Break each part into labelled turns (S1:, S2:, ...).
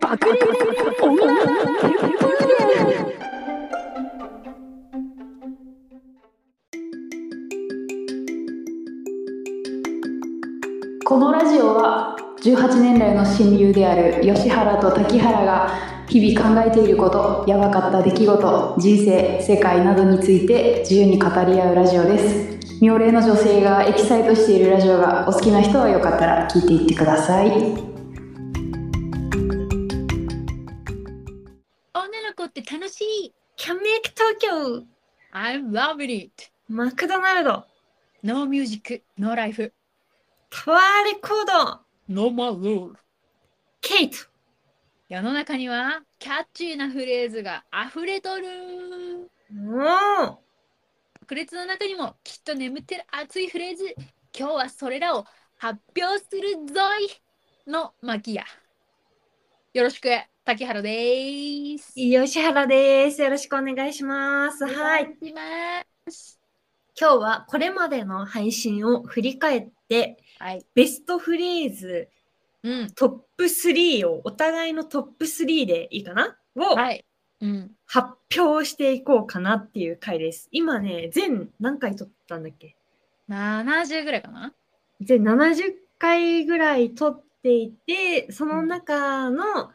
S1: 爆裂女
S2: このラジオは18年来の親友である吉原と滝原が日々考えていることやばかった出来事人生世界などについて自由に語り合うラジオです妙齢の女性がエキサイトしているラジオがお好きな人はよかったら聞いていってください
S1: の子って楽しい
S3: Can make Tokyo!
S1: I love it
S3: マクドナルド
S1: No music, no life
S3: タワーレコード
S1: No more rule
S3: ケイト
S1: 世の中にはキャッチーなフレーズが溢れとる
S3: もう
S1: 爆裂の中にもきっと眠ってる熱いフレーズ今日はそれらを発表するぞいの巻やよろしく滝原です
S3: 吉原です。よろしくお願いします。はい。
S1: お願いします
S3: 今日はこれまでの配信を振り返って、
S1: はい
S3: ベストフレーズ
S1: うん
S3: トップ3を、お互いのトップ3でいいかなを
S1: はいうん
S3: 発表していこうかなっていう回です。今ね、全何回撮ったんだっけ
S1: 70ぐらいかな
S3: 全70回ぐらい撮っていて、その中の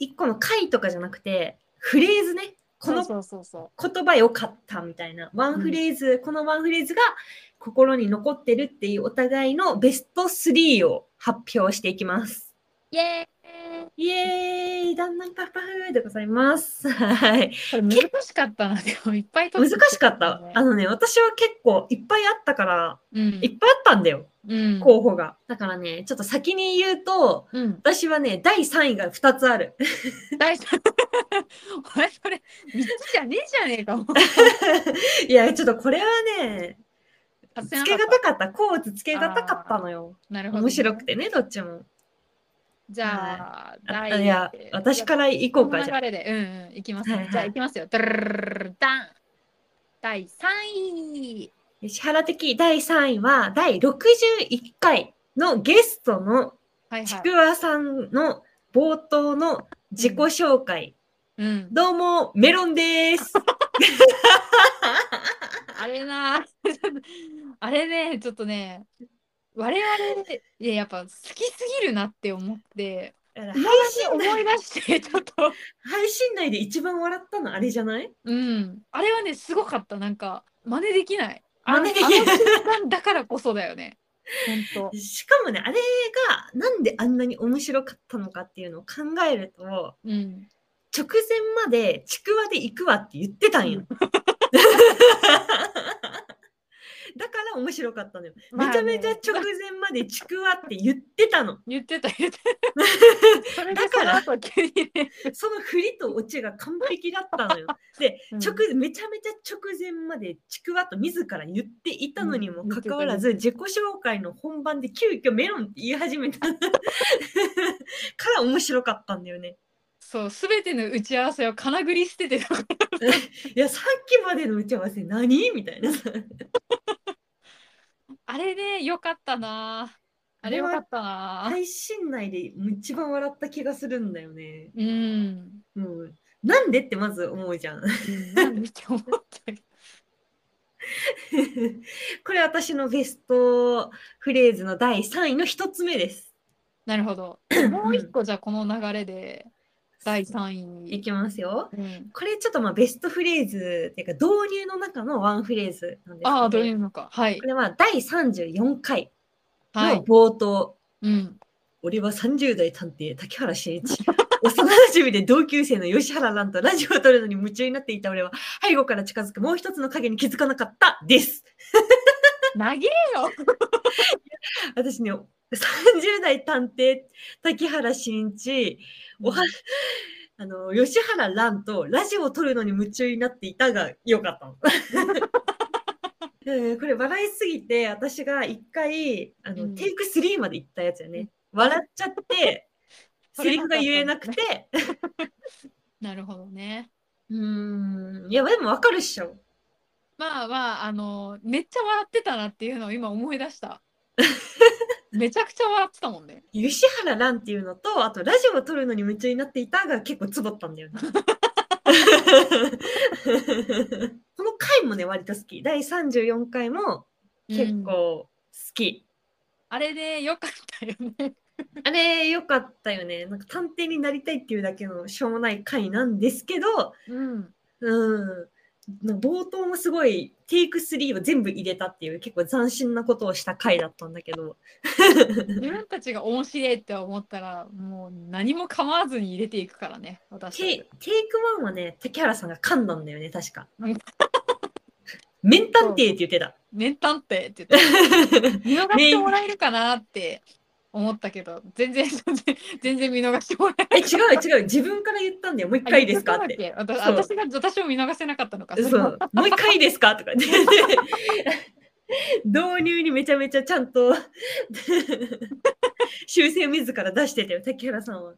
S3: 1個の回とかじゃなくて、フレーズね。この
S1: そうそうそうそ
S3: 言葉良かったみたいなワンフレーズ、このワンフレーズが心に残ってるっていうお互いのベスト3を発表していきます。
S1: うイエーイ
S3: イエーイだんだんパフパフでございます。はい。
S1: これ難しかったなでもいっぱい撮っ
S3: 難
S1: て
S3: しかった。あのね、私は結構いっぱいあったから、
S1: うん
S3: いっぱいあったんだよ、
S1: うん
S3: 候補が。だからね、ちょっと先に言うと、
S1: うん
S3: 私はね、第3位が2つある。
S1: 大丈夫お前それ3つじゃねえじゃねえかもう
S3: いや、ちょっとこれはね、
S1: 外せ
S3: つ
S1: な
S3: け
S1: かっ
S3: がたかった。コーツつけがたかったのよ。
S1: たなるほどね
S3: 面白くてね、どっちも。
S1: じゃあ、
S3: あ
S1: 第
S3: いや、私から行こうか、
S1: こ
S3: じ
S1: の
S3: ゃ
S1: 流れで、うんうん、いきます、
S3: はいはい
S1: じゃあ、いきますよ。ドゥルルルルルダン第3位。
S3: あ。石原的第3位は、第61回のゲストの
S1: はい
S3: ち
S1: はい
S3: く。わさんの冒頭の自己紹介。
S1: うん、
S3: どうも、メロンです。
S1: あれな、あれね、ちょっとね、我々、いや、やっぱ好きすぎるなって思って、
S3: 配
S1: 配信思い出して、ちょっと、
S3: 配信内で一番笑ったのあれじゃない
S1: うん、あれはね、すごかった。なんか、真似できない。あの
S3: 真似できない
S1: あの瞬間だからこそだよね。本当。
S3: しかもね、あれがなんであんなに面白かったのかっていうのを考えると、
S1: うん。
S3: 直前までちくわで行くわって言ってたんよ。 だから面白かったのよ。
S1: まあ
S3: め
S1: ね
S3: ちゃめちゃ直前までちくわって言ってたの。
S1: 言 ってた、言ってた。それで
S3: だから
S1: その後急にね。
S3: その振りとオチが完璧だったのよ。で、
S1: うん
S3: 直めちゃめちゃ直前までちくわと自ら言っていたのにも
S1: うん言っ
S3: か
S1: てた
S3: かわらず、自己紹介の本番で急遽メロンって言い始めた から面白かったんだよね。
S1: そう、すべての打ち合わせをかなぐり捨ててた。
S3: いや、さっきまでの打ち合わせ何みたいな。
S1: あれね、よかったな。あれよかったな。
S3: 配信内で一番笑った気がするんだよね。
S1: うんうん。
S3: うん、なんでってまず思うじゃん。
S1: なんでって思ったけど
S3: これ私のベストフレーズの第3位の1つ目です。
S1: なるほど。もう一個じゃあこの流れで第三位
S3: い
S1: に。
S3: きますよ。
S1: うん、
S3: これちょっとまあベストフレーズっていうか導入の中のワンフレーズなんですけど、
S1: ああ、どういうのか。はい
S3: こ。れは第34回
S1: は
S3: の
S1: い。
S3: 冒頭、
S1: うん。
S3: 俺は30代探偵竹原慎一 幼馴染で同級生の吉原蘭とラジオを撮るのに夢中になっていた俺は背後から近づくもう一つの影に気づかなかったです
S1: 投げ
S3: 私ね30代探偵竹原慎一おは あの吉原蘭とラジオを撮るのに夢中になっていたが良かったのうんこれ笑いすぎて私が一回あの、
S1: うん
S3: テイク3まで行ったやつよね笑っちゃってセリフが言えなくて
S1: なるほどね。
S3: うーんいや、でもわかるっしょ。
S1: まあまあ、あの、めっちゃ笑ってたなっていうのを今思い出した。めちゃくちゃ笑ってたもんね。
S3: 吉原蘭っていうのと、あとラジオを撮るのに夢中になっていたが結構ツボったんだよね。 この回もね、割と好き。第34回も結
S1: う
S3: 構
S1: ん
S3: 好き。
S1: あれで、よかったよね。
S3: あれ、良かったよね。なんか探偵になりたいっていうだけのしょうもない回なんですけど、
S1: うん。
S3: うん。なんか冒頭もすごい、テイク3を全部入れたっていう結構斬新なことをした回だったんだけど。
S1: 自分たちが面白いって思ったら、もう何も構わずに入れていくからね。私
S3: テイ
S1: たち。
S3: テイクワンはね、竹原さんが噛んだんだよね、確か
S1: うん。
S3: 面探偵って言ってた。
S1: 面探偵って言って、 見逃してもらえるかなって思ったけど、全然、全然全然見逃してもらえ
S3: え、違う違う、自分から言ったんだよ、もう一回ですか
S1: あ
S3: っ
S1: 言
S3: て。
S1: たんだっけ
S3: そう
S1: 私私が私を見逃せなかったのか。そ
S3: そ
S1: れは
S3: う、もう一回ですかとか言って。導入にめちゃめちゃちゃんと 修正自ら出してたよ、竹原さんは。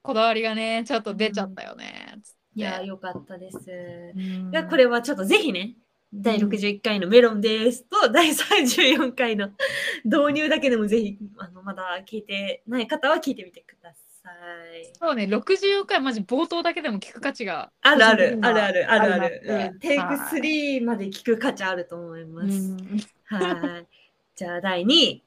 S1: こだわりがね、ちょっと出ちゃったよね。つって
S3: いやー、よかったです。
S1: うん
S3: がこれはちょっとぜひね、第61回のメロンですと、 第34回の導入だけでもぜひ、あの、まだ聞いてない方は聞いてみてください。
S1: そうね、64回、マジ冒頭だけでも聞く価値が。
S3: あるある、
S1: 個人的に
S3: あ
S1: は
S3: るある、あるある。
S1: あるある
S3: うんテイク
S1: はい
S3: 3まで聞く価値あると思いま
S1: う
S3: す。
S1: ん。
S3: はい。じゃあ、第2位。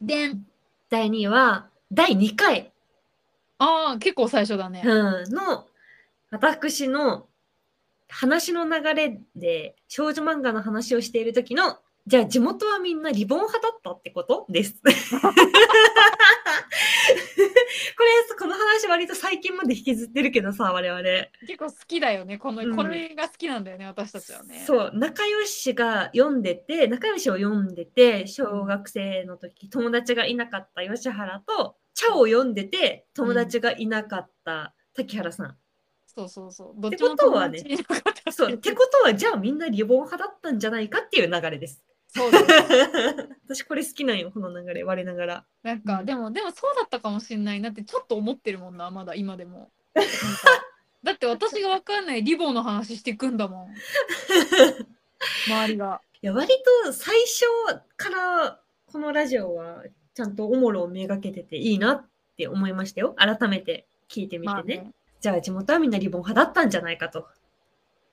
S1: でん。
S3: 第2位は、第2回、
S1: ああ、結構最初だね。
S3: うん、の、私の話の流れで少女漫画の話をしている時の、じゃあ地元はみんなリボン派だったってことです。 これ、この話割と最近まで引きずってるけどさ、我々。
S1: 結構好きだよね。この、
S3: うん
S1: これが好きなんだよね、私たちはね。
S3: そう仲良しが読んでて仲良しを読んでて小学生の時友達がいなかった吉原と茶を読んでて友達がいなかった滝原さん。
S1: そうそうそう。どっ
S3: て
S1: ち
S3: こ
S1: も
S3: と
S1: 友
S3: はね
S1: 達いなかったってい
S3: そうってことはじゃあみんなリボン派だったんじゃないかっていう流 れです。
S1: そうだね
S3: 私これ好きなんよこの流れ我ながら。
S1: なんか、
S3: うん
S1: でもでもそうだったかもしれないなってちょっと思ってるもんなまだ今で も。なんかだって私がわかんないリボンの話してくんだ もん周りが。
S3: いや割と最初からこのラジオはちゃんとおもろをめがけてていいなって思いましたよ改めて聞いてみてね。
S1: まあね
S3: じゃあ地元はみんなリボン派だったんじゃないかと。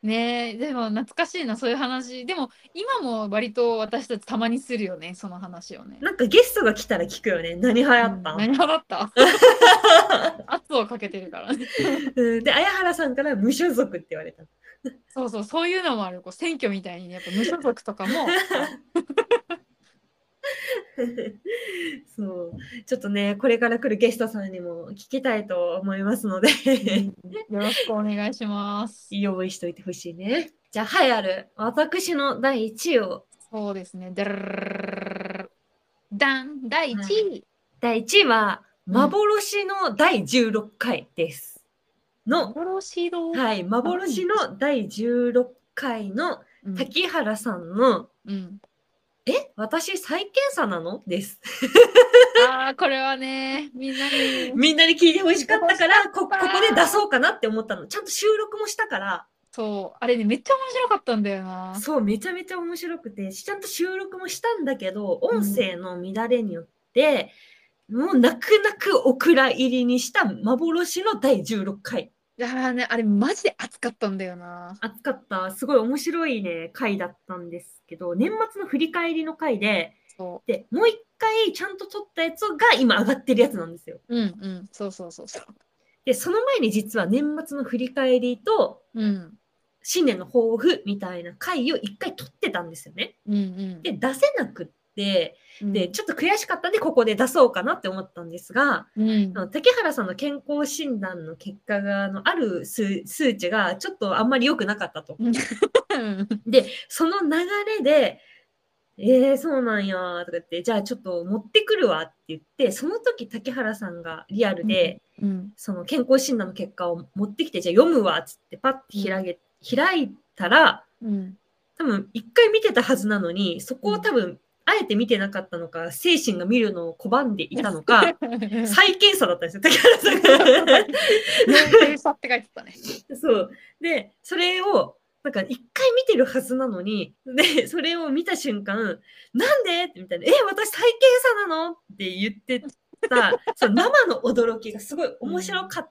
S1: ねえでも懐かしいなそういう話でも今も割と私たちたまにするよねその話をね。
S3: なんかゲストが来たら聞くよね。何流行った、
S1: うん何派だった圧をかけてるからね。
S3: うん、で、綾原さんから無所属って言われた。
S1: そうそうそういうのもあるこう選挙みたいにねやっぱ無所属とかも
S3: そう。ちょっとね、これから来るゲストさんにも聞きたいと思いますので、
S1: よろしくお願いします。
S3: 用意しといてほしいね。じゃあ、栄えある、私の第1位を。
S1: そうですね。だるダン第1位、
S3: 第1位は、
S1: うん
S3: 幻の第16回です。の、
S1: 幻の、
S3: はい、幻の第16回の
S1: うん
S3: 滝原さんの、
S1: うん
S3: え私再検査なのです。
S1: ああこれはねみんなに
S3: みんなに聞いてほしかったから、こ、ここ
S1: た
S3: で出そうかなって思ったの。ちゃんと収録もしたから、
S1: そうあれねめっちゃ面白かったんだよな。
S3: そう、めちゃめちゃ面白くて、ちゃんと収録もしたんだけど、音声の乱れによって、もう泣く泣くお蔵入りにした幻の第16回。
S1: あーねあれマジで熱かったんだよな。
S3: 熱かった、すごい面白いね、回だったんですけど、年末の振り返りの回で、
S1: そ
S3: で、もう一回ちゃんと撮ったやつが今上がってるやつなんですよ。
S1: ううんうんそうそうそうそう。
S3: で、その前に実は年末の振り返りと、
S1: うん
S3: 新年の抱負みたいな回を一回撮ってたんですよね。
S1: うんうん。
S3: で出せなくって
S1: うん
S3: でちょっと悔しかったんでここで出そうかなって思ったんですが、
S1: うん
S3: あの竹原さんの健康診断の結果があのある数数値がちょっとあんまり良くなかったと。でその流れで「えー、そうなんや」とか言って「じゃあちょっと持ってくるわ」って言ってその時竹原さんがリアルで、
S1: うん
S3: その健康診断の結果を持ってきて「じゃあ読むわ」っつってパッて開げ、開いたら
S1: うん
S3: 多分一回見てたはずなのにそこを多分あえて見てなかったのか精神が見るのを拒んでいたのか再検査だったんです よ竹原さんが。
S1: 要 請したって書いてたね。
S3: そうでそれをなんか一回見てるはずなのに、で、それを見た瞬間、なんでってみたいな、え、私体験者なのって言ってた、その生の驚きがすごい面白かっ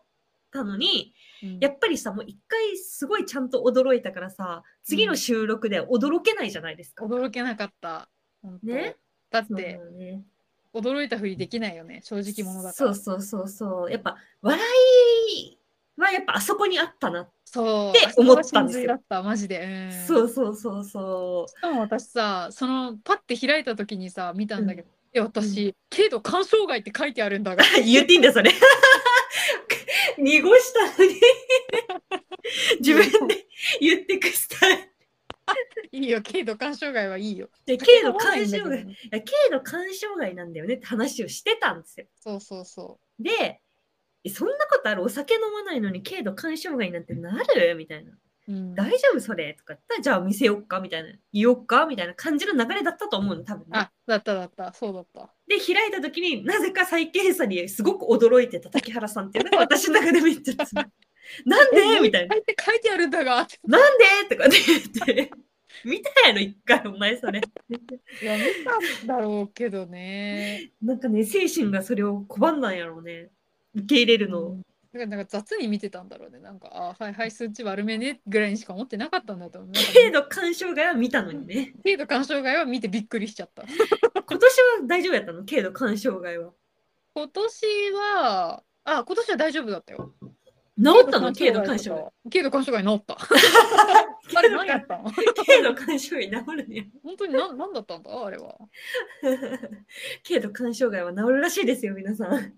S3: たのに、やっぱりさ、もう一回すごいちゃんと驚いたからさ、次の収録では驚けないじゃないですか。
S1: 驚けなかった。本当
S3: ね。
S1: だっ
S3: そうだ
S1: て、
S3: よね
S1: 驚いたふりできないよね、正直者だか
S3: そ
S1: ら。
S3: うそうそうそう。やっぱ、笑いはやっぱあそこにあったな。
S1: そう。
S3: って思ったんですよ
S1: あそこは真髄だった、マジで。うん
S3: そうそうそうそう。
S1: しかも私さそのパッて開いた時にさ見たんだけど、え私軽度肝障害って書いてあるんだが
S3: 言っていいんだよそれ 濁し たのに自分で言ってくしたい
S1: いいよ軽度肝障害はいいよ
S3: で軽度
S1: 書いて
S3: 肝
S1: あ
S3: 障
S1: るんだけ
S3: 害
S1: どね
S3: いや軽度肝障害なんだよねって話をしてたんですよ
S1: そうそうそ
S3: でえそんなことあるお酒飲まないのに軽度肝障害なんてなるみたいな
S1: う、うん、
S3: 大丈夫それとか言ったらじゃあ見せよっかみたいな言おっかみたいな感じの流れだったと思うの多分ね
S1: あだっただったそうだった
S3: で開いた時になぜか再検査にすごく驚いてた竹原さんっていう のが私の中でめっちゃ強いなんでみたいな
S1: 書いて書いてあるんだがって
S3: なんでとかって言って、見たやろ、一回、お前それ。
S1: いや見たんだろうけどね
S3: なんかね、精神がそれを拒んだんやろうね。受け入れるの
S1: う
S3: を。
S1: んだからなんか雑に見てたんだろうねなんかあはいはい数値悪めねぐらいにしか思ってなかったんだと思うなんか
S3: 軽度干渉外は見たのにね。
S1: 軽度肝障害は見てびっくりしちゃった
S3: 今年は大丈夫やったの軽度干渉外は。
S1: 今年はあ今年は大丈夫だったよ
S3: 治ったの軽度干渉
S1: 軽度干渉が治った。
S3: 外。
S1: あれ何やったの
S3: 軽度干渉外治るね。
S1: 本当に何何だったんだあれは。
S3: 軽度干渉外は治るらしいですよ、皆さん。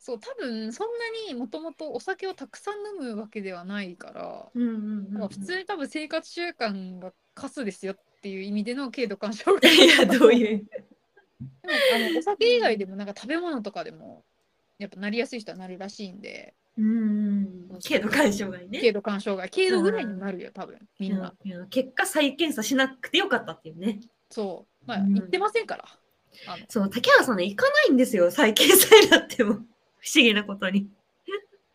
S1: そう多分そんなにもともとお酒をたくさん飲むわけではないから、
S3: うんうんうん、
S1: まあ普通に多分生活習慣がカスですよっていう意味での軽度干渉が。
S3: いや、どう
S1: う
S3: いう。
S1: でもあのお酒以外でもなんか食べ物とかでもやっぱなりやすい人はなるらしいんで
S3: うんうん。軽度干渉外ね。
S1: 軽度干渉が軽度ぐらいになるよ多分みんな。
S3: いや結果、再検査しなくてよかったっていうね。
S1: そうまあ
S3: うん
S1: 言ってませんから。あの
S3: そう、竹原さんね、行かないんですよ、 再検査になっても。不思議なことに。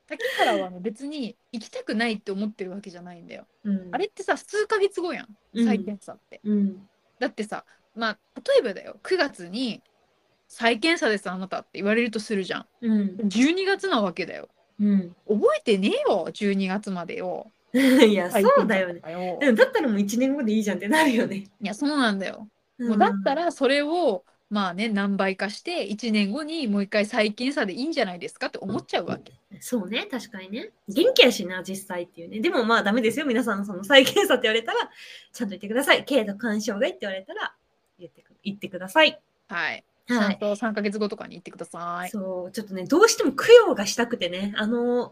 S1: 竹原はね別に行きたくないって思ってるわけじゃないんだよ。
S3: うん
S1: あれってさ数ヶ月後やん
S3: うん
S1: 再検査って、
S3: うん。
S1: だってさまあ例えばだよ9月に「再検査ですあなた」って言われるとするじゃん
S3: うん。
S1: 12月なわけだよ
S3: うん。
S1: 覚えてねえよ12月までよ
S3: いや、
S1: 再検査
S3: そうだよね
S1: と。かよ
S3: でもだったらもう1年後でいいじゃんってなるよね。
S1: いやそうなんだよ、も
S3: も
S1: うだった、らそれをまあね何倍かして1年後にもう一回再検査でいいんじゃないですかって思っちゃうわけ
S3: そうね、確かにね。元気やしな、実際っていうね。でもまあダメですよ、皆さん、その再検査って言われたら、ちゃんと言ってください。軽度干渉外って言われたら、言ってく言ってください。
S1: はい、ち
S3: は
S1: ゃん
S3: い。
S1: と3ヶ月後とかに行ってください
S3: そう、ちょっとね、どうしても供養がしたくてね、あの、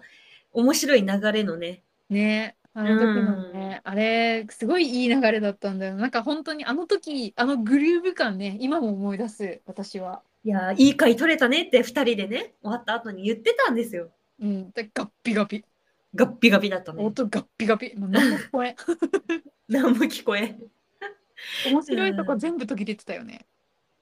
S3: 面白い流れのね。
S1: ねあの時のね、あれすごいいい流れだったんだよなんか本当にあの時あのグルーヴ感ね今も思い出す私はい
S3: やー、いい回取れたねって2人でね、終わった後に言ってたんですよ。
S1: うんでガッピガピ
S3: ガッピガピだったね。
S1: 音ガッピガピもう何も聞 こえん
S3: 何も聞こえん。
S1: 面白いとこ全部途切れてたよね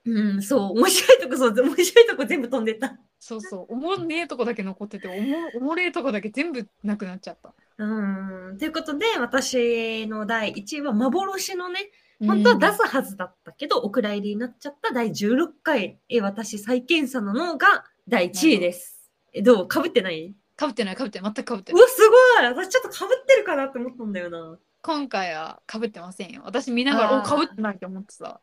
S3: うん、そう、面白いとこ、そう、面白いとこ全部飛んでった。
S1: そうそうおもんねえとこだけ残ってておもおもれえとこだけ全部なくなっちゃった
S3: うん、ということで、私の第1位は幻のね、本当は出すはずだったけど、お蔵入りになっちゃった第16回、え私再検査なのが第1位です。え、どうかぶってない
S1: かぶってないかぶってない全くかぶって
S3: う
S1: ない
S3: わ、すごい私ちょっとかぶってるかなって思ったんだよ な。
S1: 今回はかぶってませんよ私見ながら
S3: あ
S1: お
S3: ー
S1: かぶってないと思って た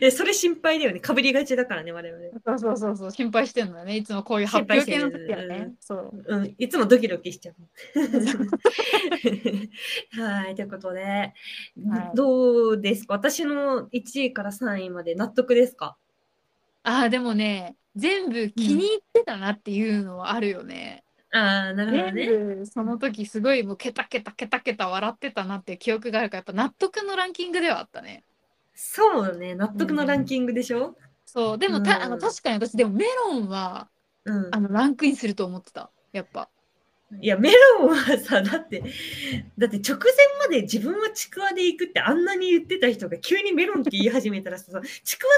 S3: え、それ心配だよね。かぶりがちだからね、我々。
S1: そうそうそうそう心配してんだよねいつもこういう発
S3: 心配
S1: 表
S3: して
S1: 系
S3: る
S1: の時はね、
S3: うん
S1: そう
S3: うん、いつもドキドキ しちゃう。はい、ということで、どうですか私の1位から3位まで納得ですか
S1: ああでもね全部気に入ってたなっていうのはあるよね。
S3: ああ、なるほどね。
S1: 全部その時すごいもうケタケタケタケタ笑ってたなっていう記憶があるからやっぱ納得のランキングではあったね。
S3: そうだね、納得のランキングでしょ、
S1: そうでもた、
S3: うん
S1: あの確かに私でもメロンは
S3: うん
S1: あのランクインすると思ってたやっぱ。
S3: いや、メロンはさ、だって、だって直前まで自分はちくわで行くってあんなに言ってた人が急にメロンって言い始めたらさ、さちくわ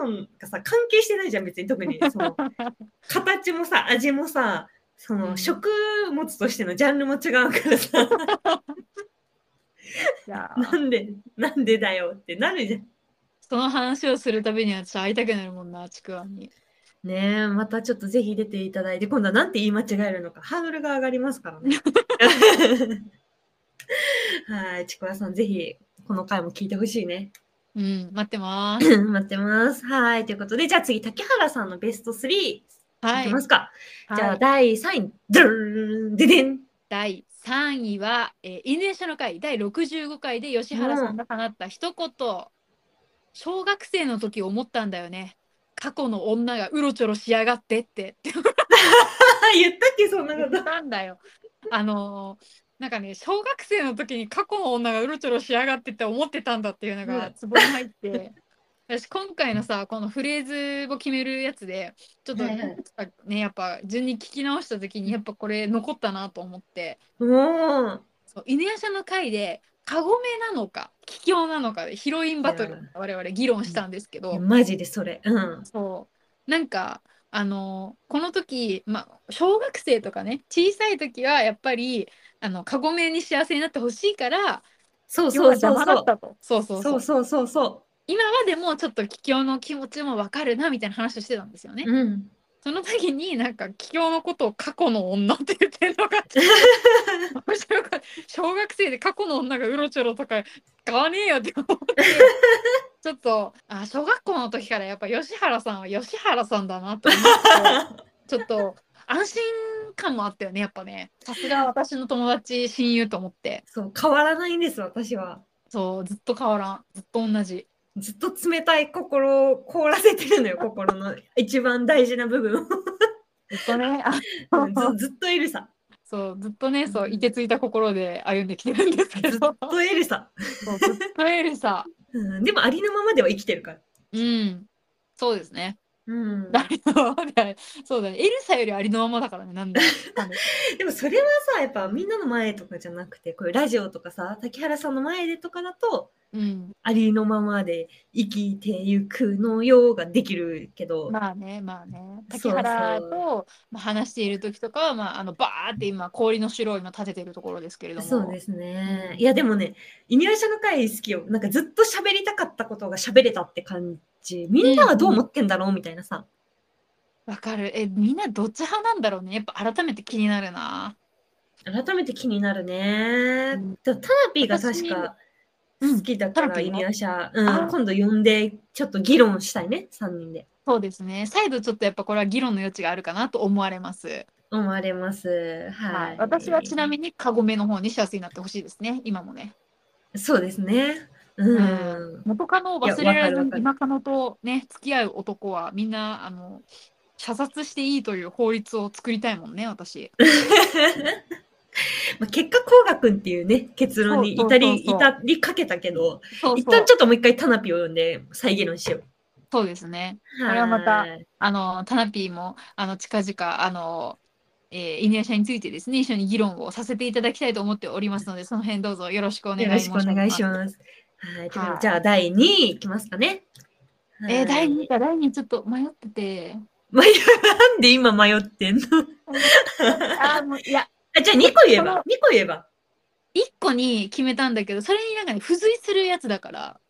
S3: とメロンがさ、関係してないじゃん、別に特に。そ の形もさ、味もさ、その、
S1: うん
S3: 食物としてのジャンルも違うからさ、
S1: じゃあ
S3: なんでなんでだよってなるじゃん。
S1: その話をするたびに私会いたくなるもんなちくわに
S3: ねえまたちょっとぜひ出ていただいて今度はなんて言い間違えるのかハードルが上がりますから ね。はいちくわさんぜひこの回も聞いてほしいね。
S1: うん待ってます
S3: 待ってます。はいということでじゃあ次竹原さんのベスト3い
S1: は
S3: き
S1: い
S3: ますか。じゃ
S1: は
S3: あ
S1: い
S3: 第3位ドゥルルンデデン
S1: 第3位は、えー、イネーシャの会第65回で吉原さんが放った一言、小学生の時思ったんだよね過去の女がうろちょろしやがってってって
S3: あ言ったっけそんな
S1: 言
S3: こと
S1: っ。たんだよあのーなんかね小学生の時に過去の女がうろちょろしやがってって思ってたんだっていうの
S3: う
S1: が
S3: ん
S1: ツボに入って。 私今回のさこのフレーズを決めるやつでちょっと
S3: は
S1: ね
S3: いはい
S1: やっぱ順に聞き直した時にやっぱこれ残ったなと思って
S3: もう
S1: そう犬屋舎の会でカゴメなのか桔梗なのかでヒロインバトル
S3: いや
S1: 我々議論したんですけど、
S3: いやマジでそれ。うん。
S1: そうなんかあのこの時、まあ、小学生とかね小さい時はやっぱりあのカゴメに幸せになってほしいから
S3: そう
S1: 要は
S3: そ
S1: 邪
S3: うそう
S1: 魔だ
S3: そ。
S1: ったとそうそうう
S3: そ
S1: そう
S3: うそうそうそ
S1: 今はでもちょっと桔梗の気持ちもわかるなみたいな話をしてたんですよね。
S3: う。うん。
S1: その時になんか桔梗のことを過去の女って言ってるのが 面白かった小学生で過去の女がうろちょろとか買わねえよって思ってちょっとあ小学校の時からやっぱ吉原さんは吉原さんだなと思ってちょっと安心感もあったよねやっぱねさすが私の友達親友と思って
S3: そう変わらないんです私は。
S1: そうずっと変わらんずっと同じ
S3: ずっと冷たい心を凍らせてるの よ心の一番大事な部分を
S1: ずっとねあ
S3: うんずずっとエルサ
S1: そうずっとねそういてついた心で歩んできてるんですけ
S3: ずっ
S1: ど。
S3: とエルサ、
S1: そうずっとエルサ。
S3: うん、でもありのままでは生きてるから。
S1: うん。そうですね。
S3: うん、
S1: ありのままであるそうだね。エルサよりありのままだからね。なんだ。
S3: でもそれはさやっぱみんなの前とかじゃなくてこういうラジオとかさ竹原さんの前でとかだと
S1: うん。
S3: ありのままで生きてゆくのようができるけど、
S1: まあね、まあね。竹
S3: そうそう
S1: 原とまあ話している時とかは、まあ、あの、バーって今、氷の城を今立ててるところですけれども。
S3: そうですねいやでもねイニュアシャの会好きよなんかずっと喋りたかったことが喋れたって感じみんなはどう思ってんだろうみたいなさ、
S1: わかる。え、みんなどっち派なんだろうね。やっぱ改めて気になるな。
S3: 改めて気になるね。
S1: うん
S3: でもタナピーが確か
S1: うん
S3: 好きだから、
S1: タナピー
S3: イ
S1: が
S3: ニアシャ、うん
S1: あ
S3: 今度呼んでちょっと議論したいね、3人で。
S1: そうですね。再度ちょっとやっぱこれは議論の余地があるかなと思われます。
S3: 思われます。はい。
S1: 私はちなみ
S3: に。
S1: にカゴメの方に幸せになってほしいですね。今もね。
S3: そうですね。うん。
S1: うん元カノを忘れられ
S3: いやわかるわか
S1: ず
S3: る
S1: 今カノとね付き合う男はみんなあの射殺していいという法律を作りたいもんね私。
S3: まあ、結果、こうがくんっていうね、結論に
S1: そう
S3: 至
S1: そう
S3: り、
S1: そうそう
S3: 至りかけたけど、
S1: そう
S3: 一
S1: そ
S3: 旦
S1: う
S3: ちょっともう一回タナピーを呼んで再議論しよう。
S1: そうですね。
S3: い
S1: これはまたあのタナピーもあの近々あの、えー、イネアシャについてですね一緒に議論をさせていただきたいと思っておりますのでその辺どうぞよろしくお願い
S3: よろ
S1: 申
S3: し
S1: し
S3: く
S1: 上
S3: お
S1: げます。
S3: 願いします。はい。ということで
S1: はい
S3: じゃあ、第2位いきますかね。
S1: えー、第
S3: はい
S1: 2か第2ちょっと迷ってて。
S3: 迷なんで今迷ってんの
S1: あーもういや
S3: あじゃあ2個言え
S1: そ
S3: ば
S1: の、
S3: 2個言えば。
S1: 1個に決めたんだけどそれになんかね付随するやつだから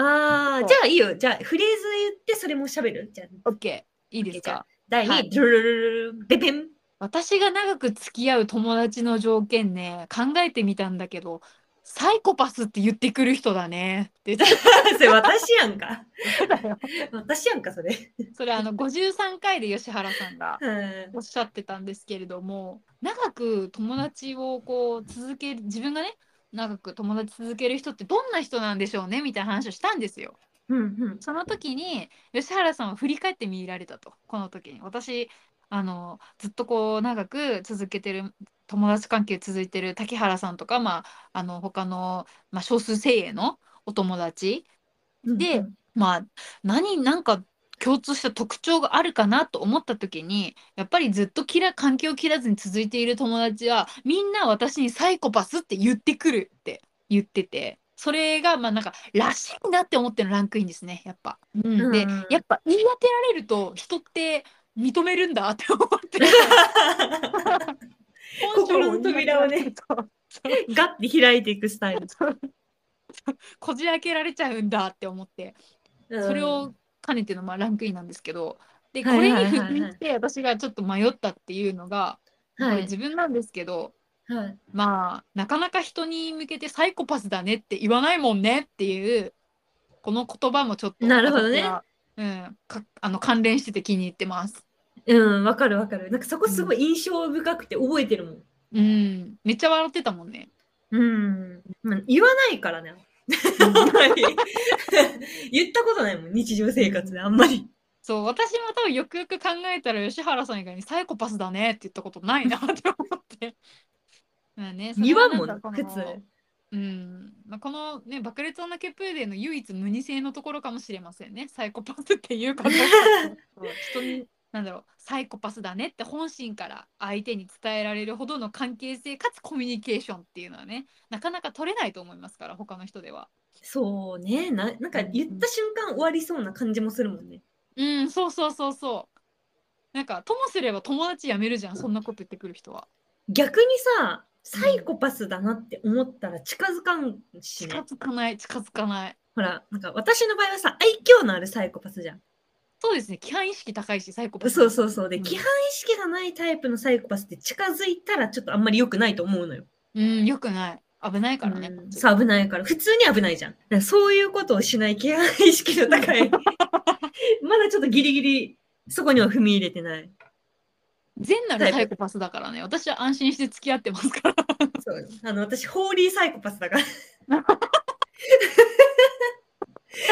S1: そ
S3: あ、
S1: う
S3: じゃあいいよ。じゃあフレーズ言ってそれも喋る。じゃあ
S1: OK いいですか
S3: 第2位、
S1: はい
S3: ドゥルルルルルベペン。
S1: 私が長く付き合う友達の条件ね考えてみたんだけどサイコパスって言ってくる人だねって言って
S3: それ私やんか。
S1: たよ
S3: 私やんか、それ。
S1: それあの53回で吉原さん が
S3: うん
S1: おっしゃってたんですけれども長く友達をこう続ける自分がね長く友達続ける人ってどんな人なんでしょうねみたいな話をしたんですよ。
S3: うんうん。
S1: その時に吉原さんは振り返ってみられたとこの時に私あのずっとこう長く続けてる友達関係続いてる竹原さんとか、まあ、あの他の、まあ、少数精鋭のお友達、
S3: うん
S1: で
S3: うん
S1: まあ、何なんか共通した特徴があるかなと思った時にやっぱりずっと切ら関係を切らずに続いている友達はみんな私にサイコパスって言ってくるって言っててそれがまあなんからしいなって思ってのランクインですねやっぱ。うん、で
S3: うん
S1: やっぱ言い当てられると人って認めるんだって思って
S3: 心の扉をね
S1: 本性を言い当てられると
S3: ガッて開いていくスタイル。
S1: こじ開けられちゃうんだって思ってそれを兼ねてのまあランクインなんですけどでこ
S3: はいは
S1: れ
S3: い
S1: に
S3: はいは
S1: 付随
S3: い
S1: して私がちょっと迷ったっていうのが、
S3: うん、は
S1: これ
S3: い、
S1: 自分なんですけど
S3: はい、
S1: まあなかなか人に向けてサイコパスだねって言わないもんねっていうこの言葉もちょっと
S3: なるほどね
S1: 私はうん、かあの関連してて気に入ってます。
S3: うん、わかるわかる。なんかそこすごい印象深くて覚えてるもん。
S1: うん、めっちゃ笑ってたもんね。
S3: うん、まあ言わないからね。 言ったことないもん、日常生活であんまり。
S1: そう私も多分よくよく考えたら吉原さん以外にサイコパスだねって言ったことないなって思って。 まあね、それ
S3: 言わ
S1: は
S3: んもん、
S1: なんかこ
S3: 普
S1: の
S3: 通。
S1: うんまあ、このね爆裂女ケプーデーの唯一無二性のところかもしれませんねサイコパスっていうこと 人になんだろうサイコパスだねって本心から相手に伝えられるほどの関係性かつコミュニケーションっていうのはねなかなか取れないと思いますから他の人では
S3: そうねな、なんか言った瞬間終わりそうな感じもするもんね。
S1: うんそうそうそうそうなんかともすれば友達辞めるじゃんそんなこと言ってくる人は
S3: 逆にさ、サイコパスだなって思ったら近づかんし
S1: 近
S3: ね。
S1: づかない近づかない
S3: ほら、なんか私の場合はさ、愛嬌のあるサイコパスじゃん。
S1: そうですね規範意識高いしサイコパス
S3: そうそうそう。で、
S1: うん
S3: 規範意識がないタイプのサイコパスって近づいたらちょっとあんまり良くないと思うのよ。
S1: うんよくない危ないからね、
S3: うんそう危ないから普通に危ないじゃんだからそういうことをしない規範意識の高 いまだちょっとギリギリそこには踏み入れてない
S1: 全なる
S3: タイプ
S1: サイコパスだからね私は安心して付き合ってますから
S3: そうあの私ホーリーサイコパスだから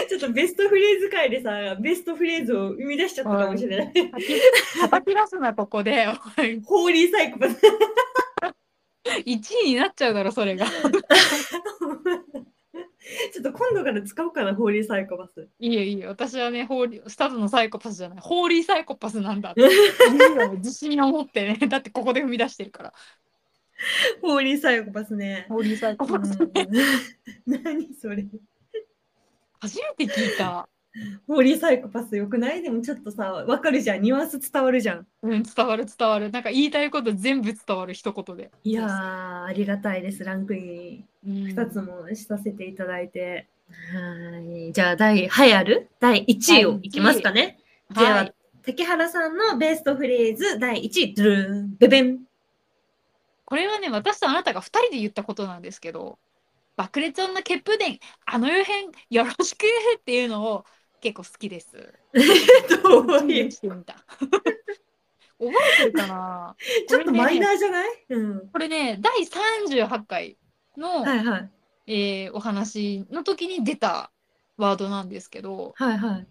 S3: ちょっとベストフレーズ界でさベストフレーズを生み出しちゃったかもしれない
S1: 叩き出すなここでおい
S3: ホーリーサイコパス
S1: 一位になっちゃうだろそれ が
S3: ちょっと今度から使おうかなホーリーサイコパス
S1: いいよいいよ私はねホーリースタズのサイコパスじゃないホーリーサイコパスなんだっていうのを自信を持ってねだってここで踏み出してるから
S3: ホーリーサイコパスね
S1: ホーリーサイコパス
S3: うん 何それ
S1: 初めて聞いた
S3: ホーリーサイコパスよくないでもちょっとさ、わかるじゃん。ニュアンス伝わるじゃん。
S1: うん伝わる伝わるなんか言いたいこと全部伝わる一言で
S3: いやー、ありがたいです。ランクイ
S1: うん
S3: ン2つもさせていただいて。はい。じゃあ、第、はやる第1位をいきますかね。じゃあ、
S1: はい
S3: 竹原さんのベストフレーズ第1位、ドゥルーン、ベベン。
S1: これはね私とあなたが2人で言ったことなんですけど「爆裂女ケプデンあの予変よろしく」っていうのを結構好きです。
S3: どう
S1: 注
S3: いう
S1: 意してみた覚えてるかな
S3: ちょっとマイナ
S1: ー
S3: ーじゃないうん。
S1: これね第38回の、
S3: はいはい。
S1: えーお話の時に出たワードなんですけど
S3: はいはい。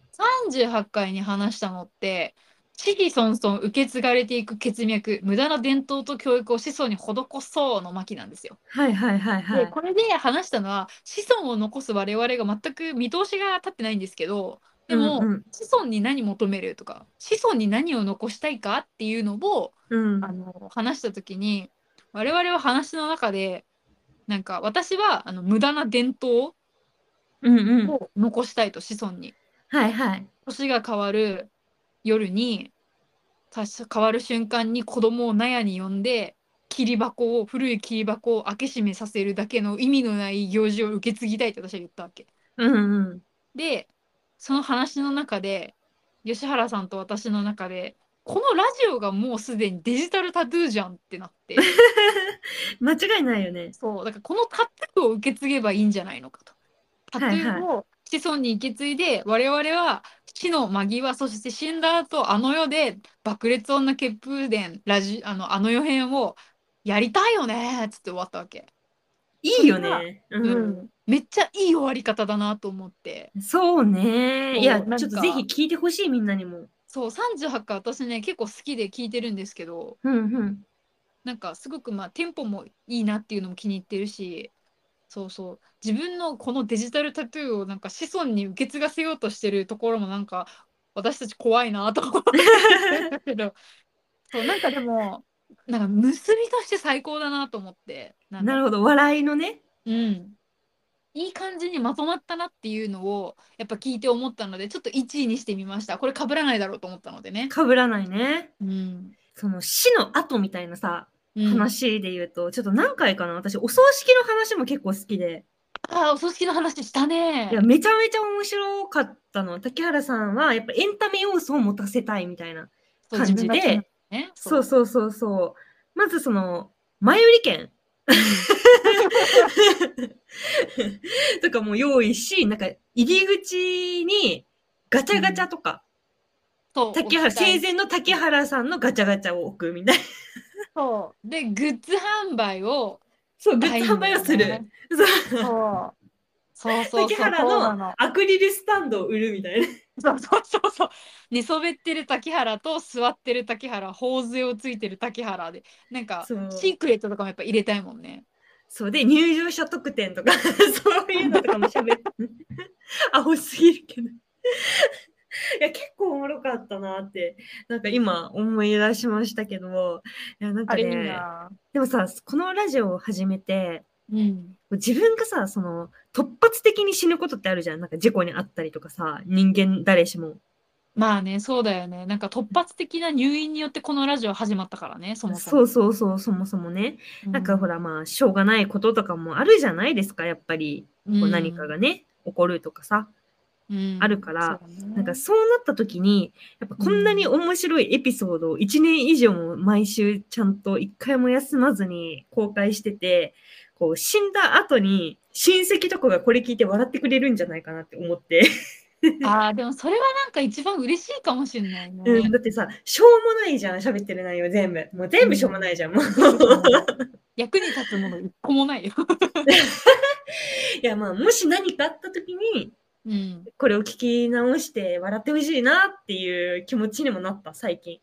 S1: 38回に話したのって子孫孫受け継がれていく血脈無駄な伝統と教育を子孫に施そうの巻なんですよ。
S3: はいはいはいは
S1: で
S3: い。
S1: これで話したのは子孫を残す我々が全く見通しが立ってないんですけどでも、
S3: うん
S1: 子孫に何求めるとか子孫に何を残したいかっていうのを
S3: うん、うん
S1: あの話した時に我々は話の中でなんか私はあの無駄な伝統
S3: うんうん。
S1: を残したいと子孫に。
S3: はいはい。
S1: 年が変わる夜にたし変わる瞬間に子供を納屋に呼んで切り箱を古い切り箱を開け閉めさせるだけの意味のない行事を受け継ぎたいって私は言ったわけ。
S3: うんうん。
S1: でその話の中で吉原さんと私の中でこのラジオがもうすでにデジタルタトゥーじゃんってなって
S3: 間違いないよね。
S1: そうだからこのタトゥーを受け継げばいいんじゃないのかと。タトゥーを子孫に受け継いで、我々は死の間際そして死んだ後あの世で爆裂女血風伝ラジあのあの世編をやりたいよねっつって終わったわけ、
S3: いいよ
S1: それは
S3: ね。う
S1: う。めっちゃいい終わり方だなと思って。
S3: そうね。いや、
S1: そうなんか
S3: ちょっとぜひ聞いてほしい、みんなにも。
S1: そう38回私ね結構好きで聞いてるんですけど
S3: うんうん。
S1: なんかすごくまあテンポもいいなっていうのも気に入ってるしそうそう自分のこのデジタルタトゥーをなんか子孫に受け継がせようとしてるところもなんか私たち怖いなと思ってたけ どそうなんかでもなんか結びとして最高だなと思ってなんか
S3: なるほど、笑いのね。
S1: うんいい感じにまとまったなっていうのをやっぱ聞いて思ったのでちょっと1位にしてみましたこれ被らないだろうと思ったのでね。
S3: かぶらないね。
S1: うん
S3: その死の後みたいなさ、
S1: うん
S3: 話で言うと、ちょっと何回かな私お葬式の話も結構好きで
S1: あーお葬式の話したね
S3: いやめちゃめちゃ面白かったの竹原さんはやっぱエンタメ要素を持たせたいみたいな
S1: そう
S3: 感じで
S1: 自分が決めたね
S3: そうそうそうそうまずその前売り券 とかも用意しなんか入り口にガチャガチャとか、
S1: そう
S3: 竹原生前の竹原さんのガチャガチャを置くみたいな
S1: そうでグッズ販売を
S3: そうグッズ販売をする、
S1: はい
S3: そう
S1: そうそうそうそう
S3: 竹原
S1: そうな
S3: のアクリルスタンドを売るみたいな
S1: そうそうそうそう寝そべってる竹原と座ってる竹原頬杖をついてる竹原でなんか
S3: そう
S1: シークレットとかもやっぱ入れたいもんね
S3: そうで入場者特典とか そういうのとかも喋ってアホすぎるけど いや結構おもろかったなってなんか今思い出しましたけどいやなん
S1: あ
S3: か
S1: れいい
S3: ね
S1: な
S3: でもさこのラジオを始めて
S1: うん
S3: 自分がさその突発的に死ぬことってあるじゃんなんか事故にあったりとかさ人間誰しも
S1: まあねそうだよねなんか突発的な入院によってこのラジオ始まったからねそもそ
S3: そ
S1: も
S3: うそうそうそもそもね
S1: う
S3: なんかほらまあしょうがないこととかもあるじゃないですかやっぱりこう何かがね起こるとかさあるからなんかそうなった時にやっぱこんなに面白いエピソードを1年以上も毎週ちゃんと1回も休まずに公開しててこう死んだ後に親戚とかがこれ聞いて笑ってくれるんじゃないかなって思って、
S1: あーでもそれはなんか一番嬉しいかもしれないね。
S3: うんだってさしょうもないじゃん喋ってる内容全部もう全部しょうもないじゃんもう
S1: 役に立つもの一個もないよ。
S3: いやまあもし何かあった時に
S1: うん、
S3: これを聞き直して笑ってほしいなっていう気持ちにもなった最近、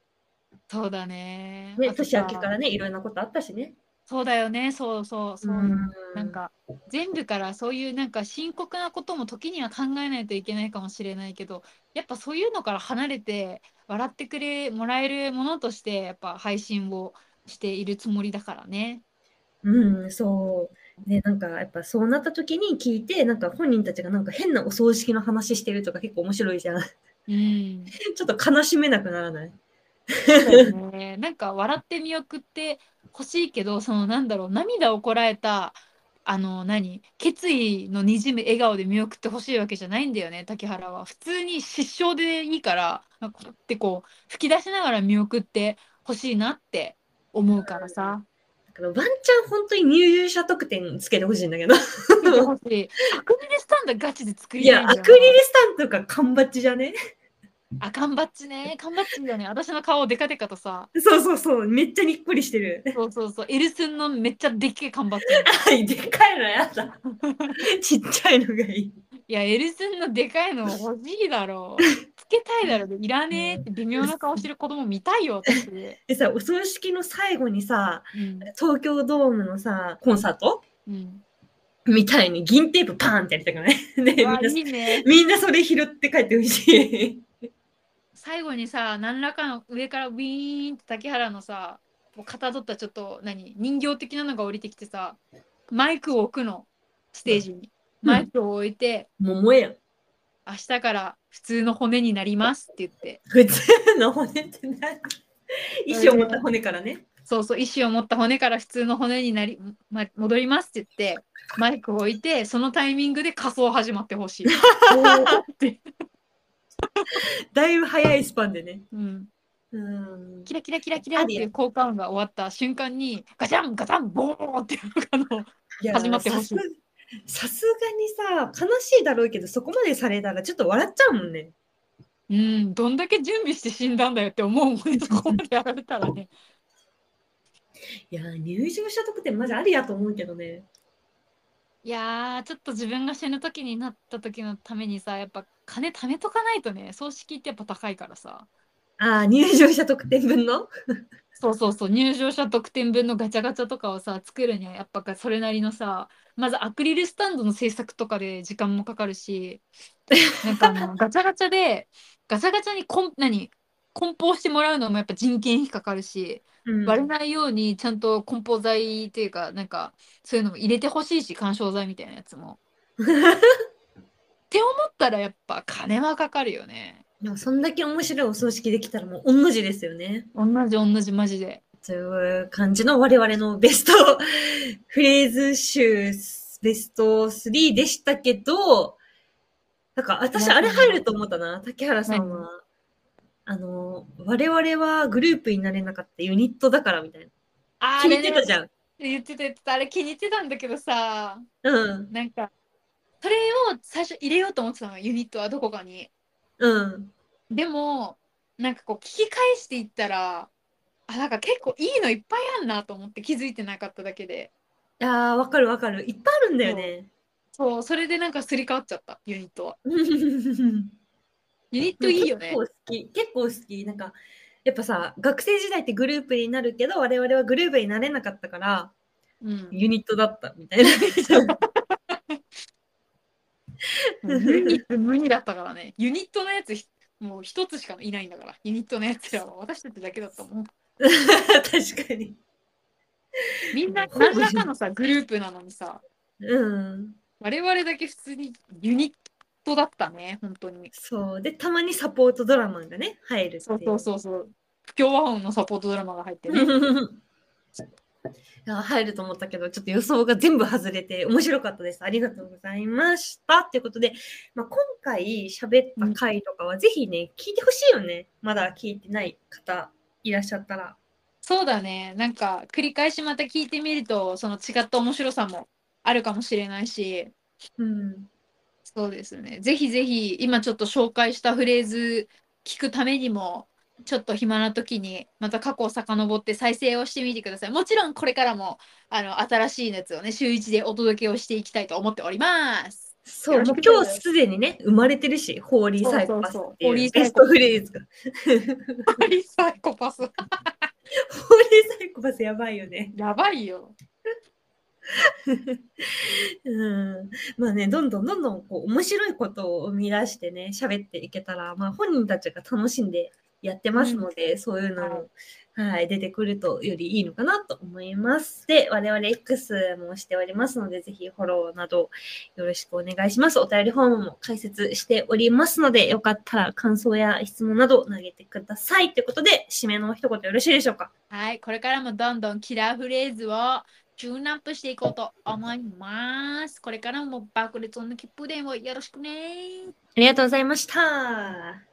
S1: そうだね。
S3: ね、
S1: あと
S3: 年
S1: さ
S3: 明けからねいろんなことあったしね
S1: そうだよね。そうそうそう。
S3: うん
S1: なんか全部からそういうなんか深刻なことも時には考えないといけないかもしれないけど、やっぱそういうのから離れて笑ってくれもらえるものとしてやっぱ配信をしているつもりだからね。
S3: うん、そう。で、なんか、やっぱそうなった時に聞いて、なんか本人たちがなんか変なお葬式の話してるとか結構面白いじゃん。ち
S1: うん。
S3: ょっと悲しめなくならない。
S1: そうですね、なんか笑って見送ってほしいけどそのなんだろう涙をこらえたあの何決意のにじむ笑顔で見送ってほしいわけじゃないんだよね竹原は普通に失笑でいいからなんかこうやってこう吹き出しながら見送ってほしいなって思うからさ
S3: だからワンチャン本当に入場者特典つけてほしいんだけど。
S1: 見てほしいアクリルスタンドガチで作り
S3: い
S1: たい
S3: や、
S1: ん
S3: ア
S1: だよな
S3: クリルスタンドか缶バッジじゃね
S1: あ缶バッジね缶バッジだよね私の顔デカデカとさ
S3: そうそうそう、めっちゃにっこりしてる。
S1: そうそうそうエルスンのめっちゃでっけえ缶バッジ
S3: はい、でかいのやだ。 ちっちゃいのがいい。
S1: いや、エルスンのでかいの欲しいだ ろう。つけたいだろう。いらねえって微妙な顔してる子供見たいよ、私。う
S3: でさ、お葬式の最後にさ、
S1: ん。
S3: 東京ドームのさ、コンサート
S1: うん。
S3: みたいに銀テープパーンってやりたくない ね、みん
S1: うわ
S3: な、
S1: いいね。
S3: みんなそれ拾って帰ってほしい。
S1: 最後にさ、何らかの上からウィーンって竹原のさ、もうかたどったちょっと、何、人形的なのが降りてきてさ、マイクを置くの、ステージに。
S3: うん
S1: マイクを置いて、
S3: 桃やん。
S1: 明日から普通の骨になりますって言って、
S3: 普通の骨って何意思を持った骨からね。
S1: そうそう、意思を持った骨から普通の骨になり、ま、戻りますって言って、マイクを置いて、そのタイミングで仮装始まってほ しい。
S3: だいぶ早いスパンでね。
S1: うん、
S3: うん
S1: キラキラキラキラっていう効果音が終わった瞬間にガチャンガチャンボーンっていうのがあの
S3: いや
S1: 始まってほしい
S3: さすさすがにさ、悲しいだろうけど、そこまでされたらちょっと笑っちゃうもんね。
S1: うんどんだけ準備して死んだんだよって思うもんねそこまでやられたらね
S3: いや、入場者特典マジありやと思うけどね。
S1: いやーちょっと自分が死ぬ時になった時のためにさやっぱ金貯めとかないとね葬式ってやっぱ高いからさ
S3: ああ、入場者特典分の
S1: そうそうそう入場者特典分のガチャガチャとかをさ作るにはやっぱそれなりのさまずアクリルスタンドの制作とかで時間もかかるしなんかあ のガチャガチャでガチャガチャにこん何梱包してもらうのもやっぱ人件費かかるし、
S3: うん
S1: 割れないようにちゃんと梱包材っていうかなんかそういうのも入れてほしいし緩衝材みたいなやつ も。って思ったらやっぱ金はかかるよね。
S3: でもそんだけ面白いお葬式できたらもう同じですよね。
S1: 同じ同じマジで。
S3: という感じの我々のベスト フレーズ集ベスト3でしたけど、なんか私あれ入ると思ったな、竹原さんは。あの、我々はグループになれなかったユニットだからみたいな。
S1: あ
S3: 気に入ってたじ
S1: ゃん。
S3: ゃん。
S1: 言ってた言ってたあれ気に入ってたんだけどさ、
S3: うん。
S1: なんか、それを最初入れようと思ってたの、ユニットはどこかに。
S3: うん。
S1: でも、なんかこう聞き返していったら、あ、なんか結構いいのいっぱいあんなと思って気づいてなかっただけで。
S3: いやー、わかるわかる。いっぱいあるんだよね。
S1: そう、それでなんかすり替わっちゃった、ユニットは。
S3: ユ
S1: ユニットいいよね
S3: 結構。好き。結構好き。なんか、やっぱさ、学生時代ってグループになるけど、我々はグループになれなかったから、
S1: うん。
S3: ユニットだったみたいな。
S1: もう無理無理だったからね。ユニットのやつひ、もう一つしかいないんだから。ユニットのやつらは私たちだけだったもん。
S3: 確かに。
S1: みんな何らかのさ、グループなのにさ、
S3: うん。
S1: 我々だけ普通にユニットだったね、本当に。
S3: そう。で、たまにサポートドラマがね、入るってい
S1: そうそうそうそう。不協和音のサポートドラマが入ってね。
S3: いや入ると思ったけど、ちょっと予想が全部外れて面白かったです。ありがとうございました。ということで、まあ、今回喋った回とかは、ぜひね、聞いてほしいよね。まだ聞いてない方いらっしゃったら。
S1: そうだね。なんか繰り返しまた聞いてみると、その違った面白さもあるかもしれないし、
S3: うん。
S1: そうですね。ぜひぜひ、今ちょっと紹介したフレーズ聞くためにも、ちょっと暇な時に、また過去を遡って再生をしてみてください。もちろんこれからも、あの、新しいやつをね、週一でお届けをしていきたいと思っております。
S3: そう、もう今日すでにね、生まれてるし、ホーリーサイコパス
S1: そうそうそ
S3: ってい
S1: うホー
S3: う
S1: リ
S3: ベ
S1: ーサイ
S3: ス
S1: コ
S3: ト
S1: パス
S3: フレーズが。
S1: ホーリーサイコパス。
S3: ホーリーサイコパスやばいよね。
S1: やばいよ。
S3: うん、まあねどんどんどんどんこう面白いことを生み出してね喋っていけたら、まあ、本人たちが楽しんでやってますので、そういうのも、はい、出てくるとよりいいのかなと思います。で我々 X もしておりますのでぜひフォローなどよろしくお願いします。お便りフォームも解説しておりますのでよかったら感想や質問など投げてください。ということで締めの一言よろしいでしょうか
S1: はい、これからもどんどんキラーフレーズをチューンアップしていこうと思います。これからも爆裂音の切符伝をよろしくね
S3: ありがとうございました。